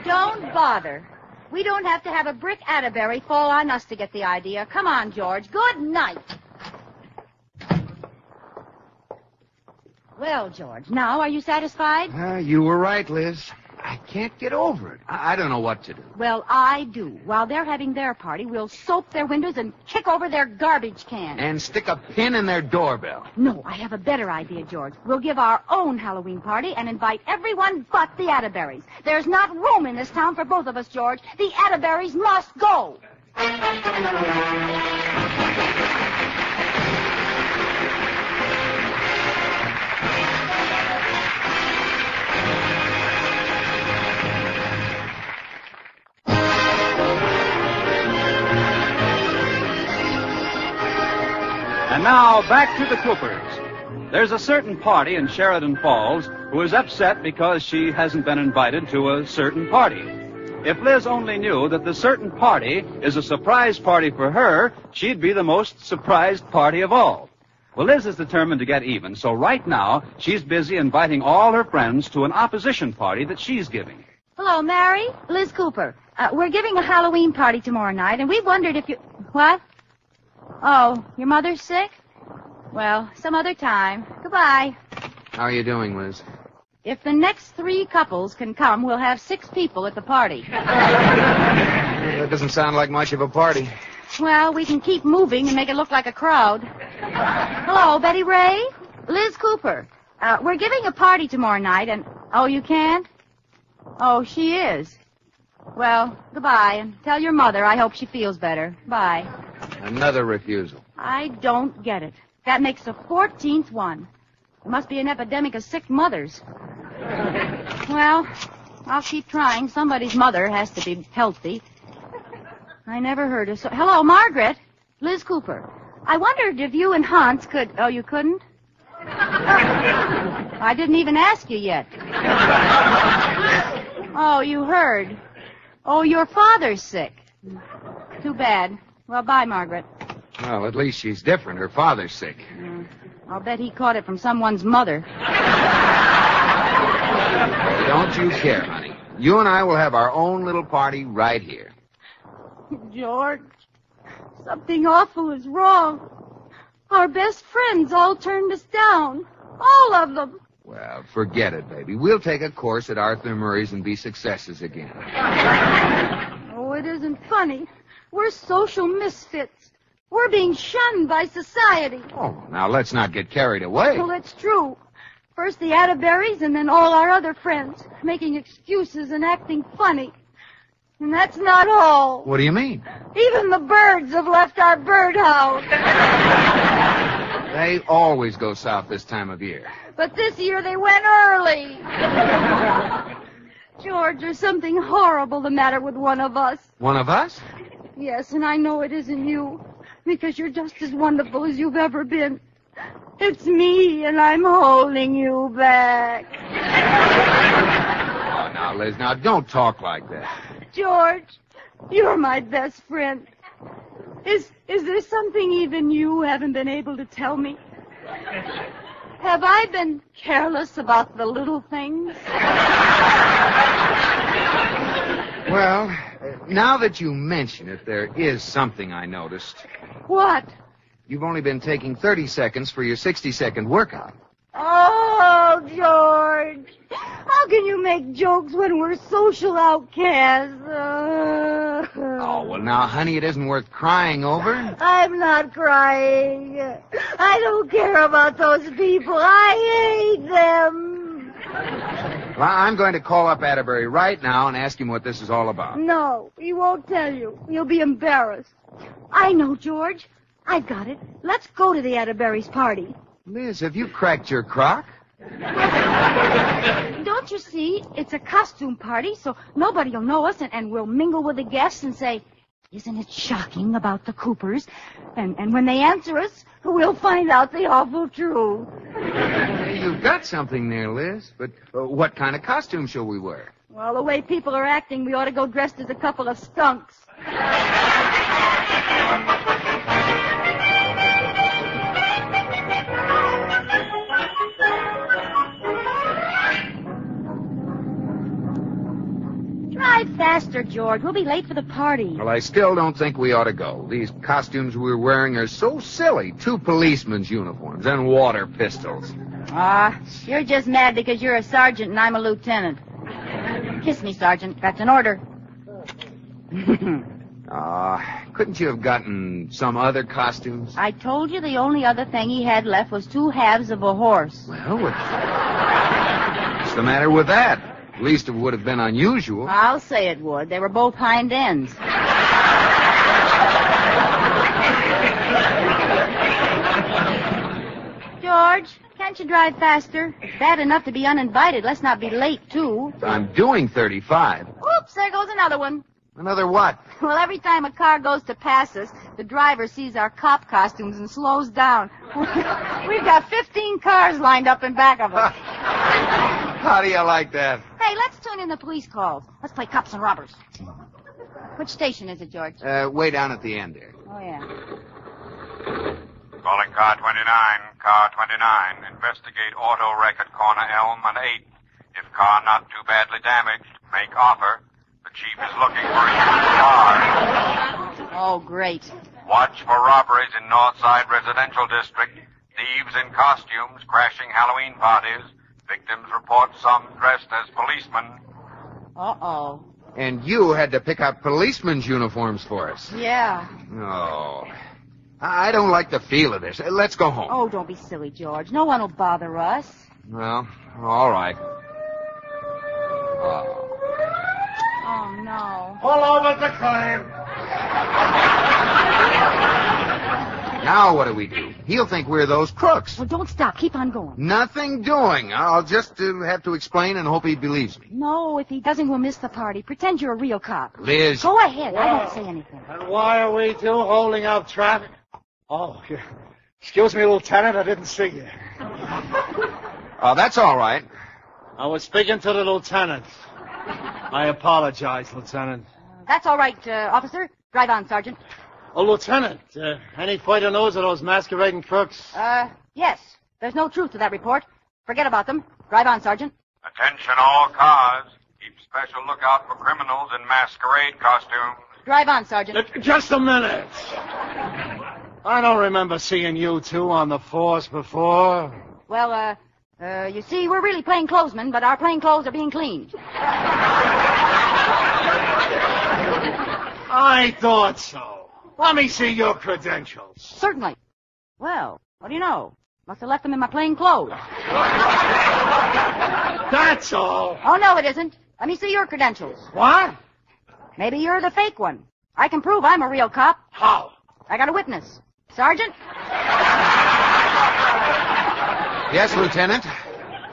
Speaker 5: Don't bother. We don't have to have a brick Atterbury fall on us to get the idea. Come on, George. Good night. Well, George, now are you satisfied?
Speaker 6: Ah,
Speaker 17: Uh, you were right, Liz. I can't get over it. I, I don't know what to do.
Speaker 5: Well, I do. While they're having their party, we'll soap their windows and kick over their garbage can.
Speaker 17: And stick a pin in their doorbell.
Speaker 5: No, I have a better idea, George. We'll give our own Halloween party and invite everyone but the Atterberries. There's not room in this town for both of us, George. The Atterberries must go.
Speaker 2: And now back to the Coopers. There's a certain party in Sheridan Falls who is upset because she hasn't been invited to a certain party. If Liz only knew that the certain party is a surprise party for her, she'd be the most surprised party of all. Well, Liz is determined to get even, so right now she's busy inviting all her friends to an opposition party that she's giving.
Speaker 5: Hello, Mary. Liz Cooper. Uh, we're giving a Halloween party tomorrow night, and we wondered if you. What? Oh, your mother's sick? Well, some other time. Goodbye.
Speaker 6: How are you doing, Liz?
Speaker 5: If the next three couples can come, we'll have six people at the party.
Speaker 6: That doesn't sound like much of a party.
Speaker 5: Well, we can keep moving and make it look like a crowd. Hello, Betty Ray. Liz Cooper. Uh, we're giving a party tomorrow night, and. Oh, you can't? Oh, she is. Well, goodbye, and tell your mother I hope she feels better. Bye.
Speaker 6: Another refusal.
Speaker 5: I don't get it. That makes the 14th one. There must be an epidemic of sick mothers. Well, I'll keep trying. Somebody's mother has to be healthy. I never heard of so. Hello, Margaret. Liz Cooper. I wondered if you and Hans could. Oh, you couldn't? I didn't even ask you yet. Oh, you heard. Oh, your father's sick. Too bad. Well, bye, Margaret.
Speaker 6: Well, at least she's different. Her father's sick.
Speaker 5: I'll bet he caught it from someone's mother.
Speaker 6: Don't you care, honey. You and I will have our own little party right here.
Speaker 5: George, something awful is wrong. Our best friends all turned us down. All of them.
Speaker 6: Well, forget it, baby. We'll take a course at Arthur Murray's and be successes again.
Speaker 5: Oh, it isn't funny. We're social misfits. We're being shunned by society.
Speaker 6: Oh, now let's not get carried away.
Speaker 5: Well, it's true. First the Atterberries and then all our other friends, making excuses and acting funny. And that's not all.
Speaker 6: What do you mean?
Speaker 5: Even the birds have left our birdhouse.
Speaker 6: They always go south this time of year.
Speaker 5: but this year they went early. George, there's something horrible the matter with one of us.
Speaker 6: One of us?
Speaker 5: Yes, and I know it isn't you, because you're just as wonderful as you've ever been. It's me, and I'm holding you back.
Speaker 6: Oh, now, Liz, now don't talk like that.
Speaker 5: George, you're my best friend. Is is there something even you haven't been able to tell me? Have I been careless about the little things?
Speaker 6: Well, uh, now that you mention it, there is something I noticed.
Speaker 15: What?
Speaker 6: You've only been taking 30 seconds for your 60 second workout.
Speaker 18: Oh, George. How can you make jokes when we're social outcasts? Uh,
Speaker 6: Oh, well, now, honey, it isn't worth crying over.
Speaker 18: I'm not crying. I don't care about those people. I hate them.
Speaker 6: Well, I'm going to call up Atterbury right now and ask him what this is all about.
Speaker 18: No, he won't tell you. You'll be embarrassed. I know, George. I've got it. Let's go to the Atterbury's party.
Speaker 6: Liz, have you cracked your crock?
Speaker 5: Don't you see? It's a costume party, so nobody will know us, and, and we'll mingle with the guests and say, Isn't it shocking about the Coopers? And, and when they answer us, we'll find out the awful truth.
Speaker 6: You've got something there, Liz. But uh, what kind of costume shall we wear?
Speaker 5: Well, the way people are acting, we ought to go dressed as a couple of skunks. Drive faster, George. We'll be late for the party.
Speaker 6: Well, I still don't think we ought to go. These costumes we're wearing are so silly. Two policemen's uniforms and water pistols.
Speaker 5: Ah, you're just mad because you're a sergeant and I'm a lieutenant. Kiss me, Sergeant. That's an order.
Speaker 6: Ah, couldn't you have gotten some other costumes?
Speaker 5: I told you the only other thing he had left was two halves of a horse.
Speaker 6: Well, What's the matter with that? At least it would have been unusual.
Speaker 5: I'll say it would. They were both hind ends. George, can't you drive faster? Bad enough to be uninvited. Let's not be late, too.
Speaker 6: I'm doing 35.
Speaker 5: Oops, there goes another one.
Speaker 6: Another what?
Speaker 5: Well, every time a car goes to pass us, the driver sees our cop costumes and slows down. We've got 15 cars lined up in back of us.
Speaker 6: How do you like that?
Speaker 5: hey, let's tune in the police calls. Let's play cops and robbers. Which station is it, George?
Speaker 6: Uh, way down at the end there.
Speaker 5: Oh, yeah.
Speaker 19: Calling car 29, car 29. Investigate auto wreck at corner Elm and 8. If car not too badly damaged, make offer. The chief is looking for a used car.
Speaker 5: Oh, great.
Speaker 19: Watch for robberies in Northside Residential District. Thieves in costumes crashing Halloween parties. Victims report some dressed as policemen.
Speaker 5: Uh-oh.
Speaker 6: And you had to pick out policemen's uniforms for us.
Speaker 5: Yeah.
Speaker 6: Oh. I I don't like the feel of this. Uh, Let's go home.
Speaker 5: Oh, don't be silly, George. No one will bother us.
Speaker 6: Well, all right. Oh.
Speaker 5: Oh, no.
Speaker 12: All over the claim.
Speaker 6: Now what do we do? He'll think we're those crooks.
Speaker 5: Well, don't stop. Keep on going.
Speaker 6: Nothing doing. I'll just uh, have to explain and hope he believes me.
Speaker 5: No, if he doesn't, we'll miss the party. Pretend you're a real cop.
Speaker 6: Liz.
Speaker 5: Go ahead. I
Speaker 12: Wow.
Speaker 5: won't say anything.
Speaker 12: And why are we two holding up traffic? Oh, yeah. excuse me, Lieutenant, I didn't see you.
Speaker 6: Oh, that's all right.
Speaker 12: I was speaking to the lieutenant. I apologize, Lieutenant.
Speaker 5: That's all right, uh, officer. Drive on, Sergeant.
Speaker 12: Oh, Lieutenant, uh, any further news of those masquerading crooks?
Speaker 5: Uh, yes. There's no truth to that report. Forget about them. Drive on, Sergeant.
Speaker 19: Attention all cars. Keep special lookout for criminals in masquerade costume.
Speaker 5: Drive on, Sergeant.
Speaker 12: Just a minute. I don't remember seeing you two on the force before.
Speaker 5: Well, uh, uh, you see, we're really plain clothesmen, but our plain clothes are being cleaned.
Speaker 12: I thought so. Let me see your credentials.
Speaker 5: Certainly. Well, what do you know? Must have left them in my plain clothes.
Speaker 12: That's all.
Speaker 5: Oh, no, it isn't. Let me see your credentials.
Speaker 12: What?
Speaker 5: Maybe you're the fake one. I can prove I'm a real cop.
Speaker 12: How?
Speaker 5: I got a witness. Sergeant?
Speaker 6: Yes, Lieutenant?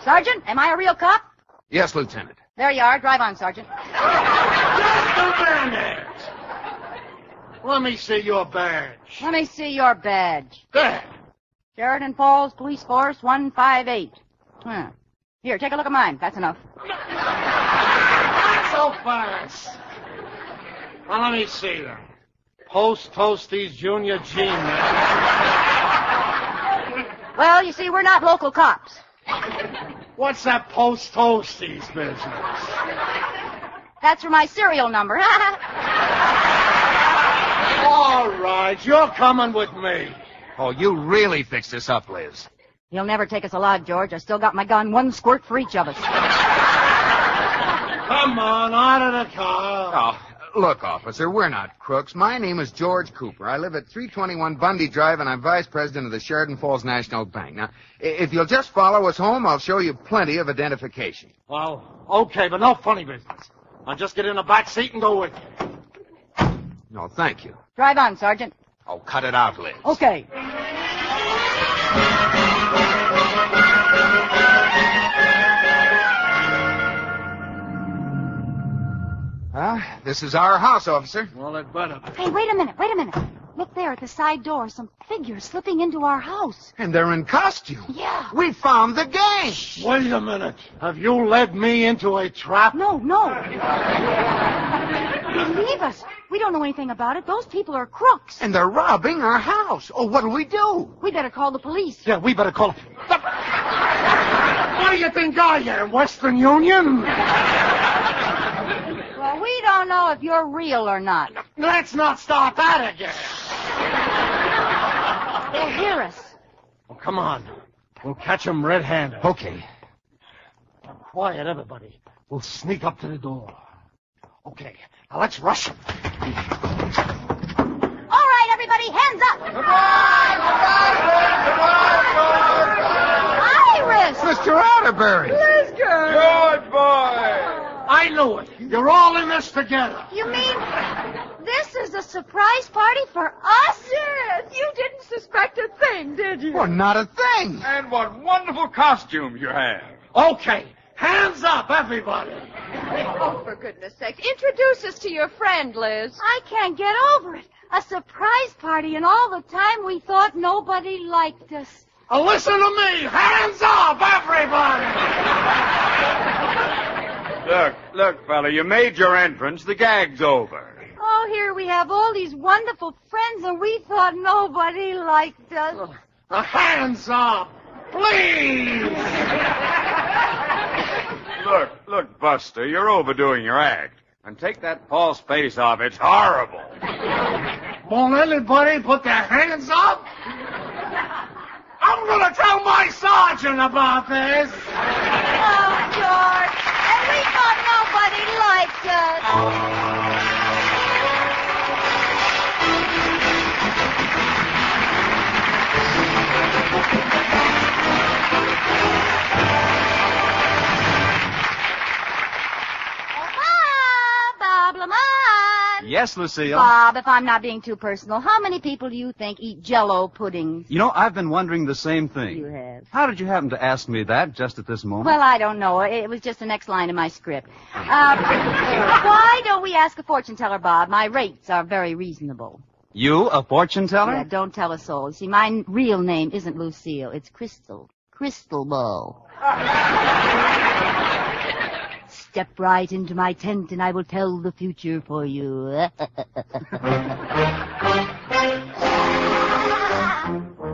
Speaker 5: Sergeant, am I a real cop?
Speaker 6: Yes, Lieutenant.
Speaker 5: There you are. Drive on, Sergeant.
Speaker 12: Let me see your badge.
Speaker 5: Let me see your badge.
Speaker 12: There.
Speaker 5: Sheridan Falls Police Force 158. Huh. Here, take a look at mine. That's enough.
Speaker 12: So fast. Now let me see them. Post Toasties Junior G man.
Speaker 5: Well, you see, we're not local cops.
Speaker 12: What's that post toasties business?
Speaker 5: That's for my serial number.
Speaker 12: All right, you're coming with me.
Speaker 20: Oh, you really fixed this up, Liz.
Speaker 5: You'll never take us alive, George. I still got my gun, one squirt for each of us.
Speaker 12: Come on, out of the car.
Speaker 6: Oh, look, officer, we're not crooks. My name is George Cooper. I live at 321 Bundy Drive, and I'm vice president of the Sheridan Falls National Bank. Now, i- if you'll just follow us home, I'll show you plenty of identification.
Speaker 12: Well, okay, but no funny business. I'll just get in the back seat and go with you.
Speaker 6: No, thank you.
Speaker 5: Drive on, Sergeant.
Speaker 6: Oh, cut it out, Liz.
Speaker 5: Okay.
Speaker 6: Well, this is our house, officer.
Speaker 12: Well, it better.
Speaker 5: Hey, wait a minute, wait a minute. Look there at the side door, some figures slipping into our house.
Speaker 6: And they're in costume.
Speaker 5: Yeah.
Speaker 6: We found the gang.
Speaker 12: Wait a minute. Have you led me into a trap?
Speaker 5: No, no. Leave us. We don't know anything about it. Those people are crooks.
Speaker 6: And they're robbing our house. Oh, what'll we do?
Speaker 5: We better call the police.
Speaker 12: Yeah, we better call. What do you think I am, Western Union?
Speaker 5: Well, we don't know if you're real or not.
Speaker 12: Let's not start that again.
Speaker 5: They'll hear us.
Speaker 12: Oh, come on. We'll catch them red-handed.
Speaker 6: Okay.
Speaker 12: Quiet, everybody. We'll sneak up to the door. Okay, now let's rush them.
Speaker 5: All right, everybody, hands up. Iris!
Speaker 6: Mr. Atterbury!
Speaker 12: Liz Good boy! I knew it. You're all in this together.
Speaker 5: You mean this is a surprise party for us?
Speaker 15: Yes, you didn't suspect a thing, did you?
Speaker 12: Oh,
Speaker 6: Well, not a thing.
Speaker 16: And what wonderful costume you have.
Speaker 12: Okay, hands up, everybody.
Speaker 15: Oh, for goodness sakes, introduce us to your friend, Liz.
Speaker 5: I can't get over it. A surprise party, and all the time we thought nobody liked us.
Speaker 12: Uh, listen to me. Hands up, everybody.
Speaker 16: Look, look, fella, you made your entrance. The gag's over.
Speaker 5: Oh, here we have all these wonderful friends, and we thought nobody liked
Speaker 6: Oh,
Speaker 5: us.
Speaker 12: Uh, hands up, please.
Speaker 16: Look, look, Buster, you're overdoing your act. And take that false face off. It's horrible.
Speaker 12: Won't anybody put their hands up? I'm gonna tell my sergeant about this.
Speaker 5: Oh, George. And we thought nobody liked us. Bob, Bob Lamont.
Speaker 2: Yes, Lucille.
Speaker 5: ah, Bob, if I'm not being too personal, how many people do you think eat jello pudding?
Speaker 2: You know, I've been wondering the same thing.
Speaker 5: You have.
Speaker 2: How did you happen to ask me that just at this moment?
Speaker 5: Well, I don't know. It was just the next line in my script. Um, why don't we ask a fortune teller, Bob? My rates are very reasonable.
Speaker 2: you, a fortune teller?
Speaker 5: Yeah, don't tell a soul. You see, my real name isn't Lucille. It's Crystal. Crystal Bow. Step right into my tent and I will tell the future for you.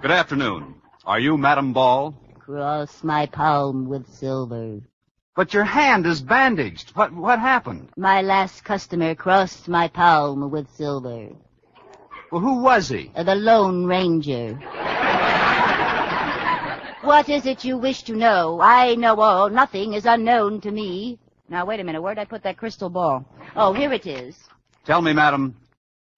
Speaker 2: Good afternoon. Are you Madam Ball?
Speaker 5: Cross my palm with silver.
Speaker 2: But your hand is bandaged. What what happened?
Speaker 5: My last customer crossed my palm with silver. Uh,
Speaker 2: Well, who was he?
Speaker 5: The Lone Ranger. what is it you wish to know? I know all. Nothing is unknown to me. Now, wait a minute. Where'd I put that crystal ball? Oh, here it is.
Speaker 2: Tell me, madam,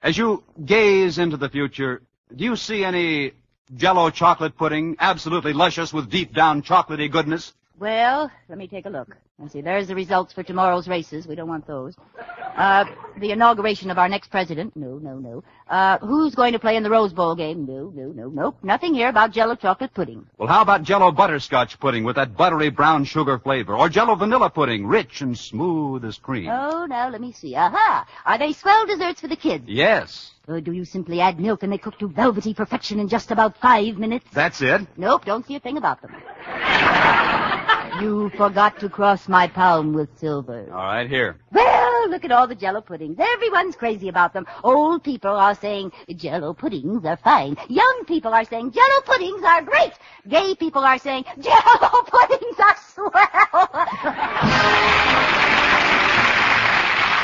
Speaker 2: as you gaze into the future, do you see any jello chocolate pudding, absolutely luscious with deep down chocolaty goodness?
Speaker 5: Well, let me take a look. Let's see. There's the results for tomorrow's races. We don't want those. Uh, the inauguration of our next president. No, no, no. Uh, who's going to play in the Rose Bowl game? No, no, no, nope. Nothing here about jello chocolate pudding.
Speaker 2: Well, how about jello butterscotch pudding with that buttery brown sugar flavor? Or jello vanilla pudding, rich and smooth as cream?
Speaker 5: Oh, now let me see. Aha! Are they swell desserts for the kids?
Speaker 2: Yes,
Speaker 5: Or do you simply add milk and they cook to velvety perfection in just about five minutes?
Speaker 2: that's it.
Speaker 5: Nope, don't see a thing about them. you forgot to cross my palm with silver.
Speaker 2: All right, here.
Speaker 5: Well, Oh, look at all the jello puddings. Everyone's crazy about them. Old people are saying jello puddings are fine. Young people are saying jello puddings are great. Gay people are saying jello puddings are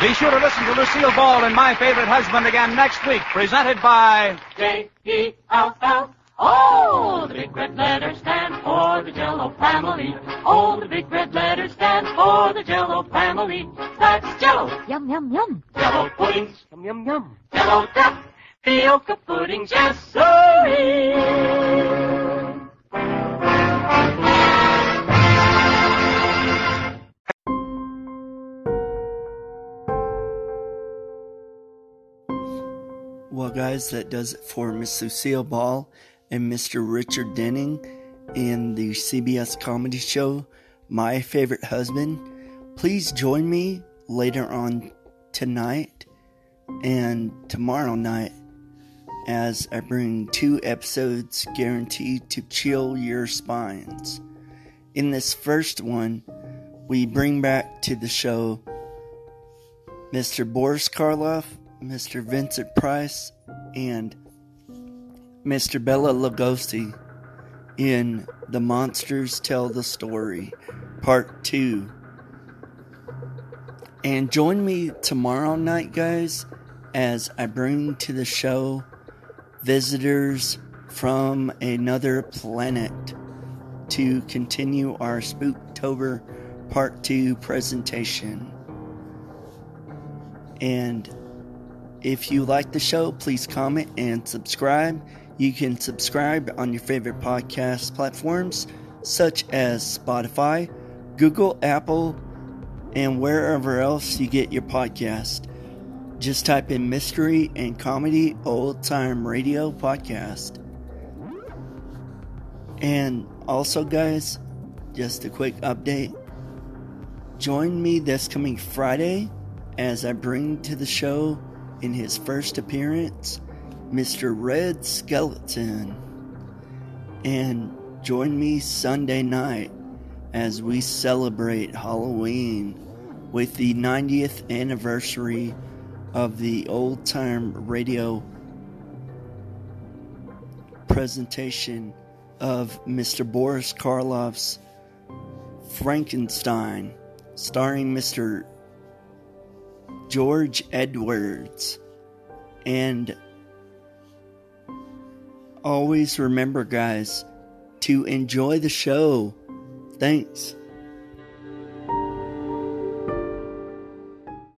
Speaker 21: Be sure to listen to Lucille Ball and My Favorite Husband again next week, presented by
Speaker 4: J-E-L-L. Oh, the big red letters stand for the Jello family. Oh, the big red letters stand for the Jello family. That's Jello.
Speaker 5: Yum, yum, yum.
Speaker 4: Jello puddings.
Speaker 12: Yum, yum, yum.
Speaker 4: Jello duck. Fioca puddings. Yes, sirree.
Speaker 1: Well, guys, that does it for Miss Lucille Ball and Mr. Richard Denning in the CBS comedy show My Favorite Husband. Please join me later on tonight and tomorrow night as I bring two episodes guaranteed to chill your spines. In this first one, we bring back to the show Mr. Boris Karloff, Mr. Vincent Price, and Mr. Bella Lugosi in The Monsters Tell the Story, Part 2. And join me tomorrow night, guys, as I bring to the show visitors from another planet to continue our Spooktober Part 2 presentation. And if you like the show, please comment and subscribe. You can subscribe on your favorite podcast platforms such as Spotify, Google, Apple, and wherever else you get your podcast. Just type in Mystery and Comedy Old Time Radio Podcast. And also, guys, just a quick update. Join me this coming Friday as I bring to the show in his first appearance, Mr. Red Skeleton. And join me Sunday night as we celebrate Halloween with the 90th anniversary of the old time radio presentation of Mr. Boris Karloff's Frankenstein, starring Mr. George Edwards. And always remember, guys, to enjoy the show. Thanks.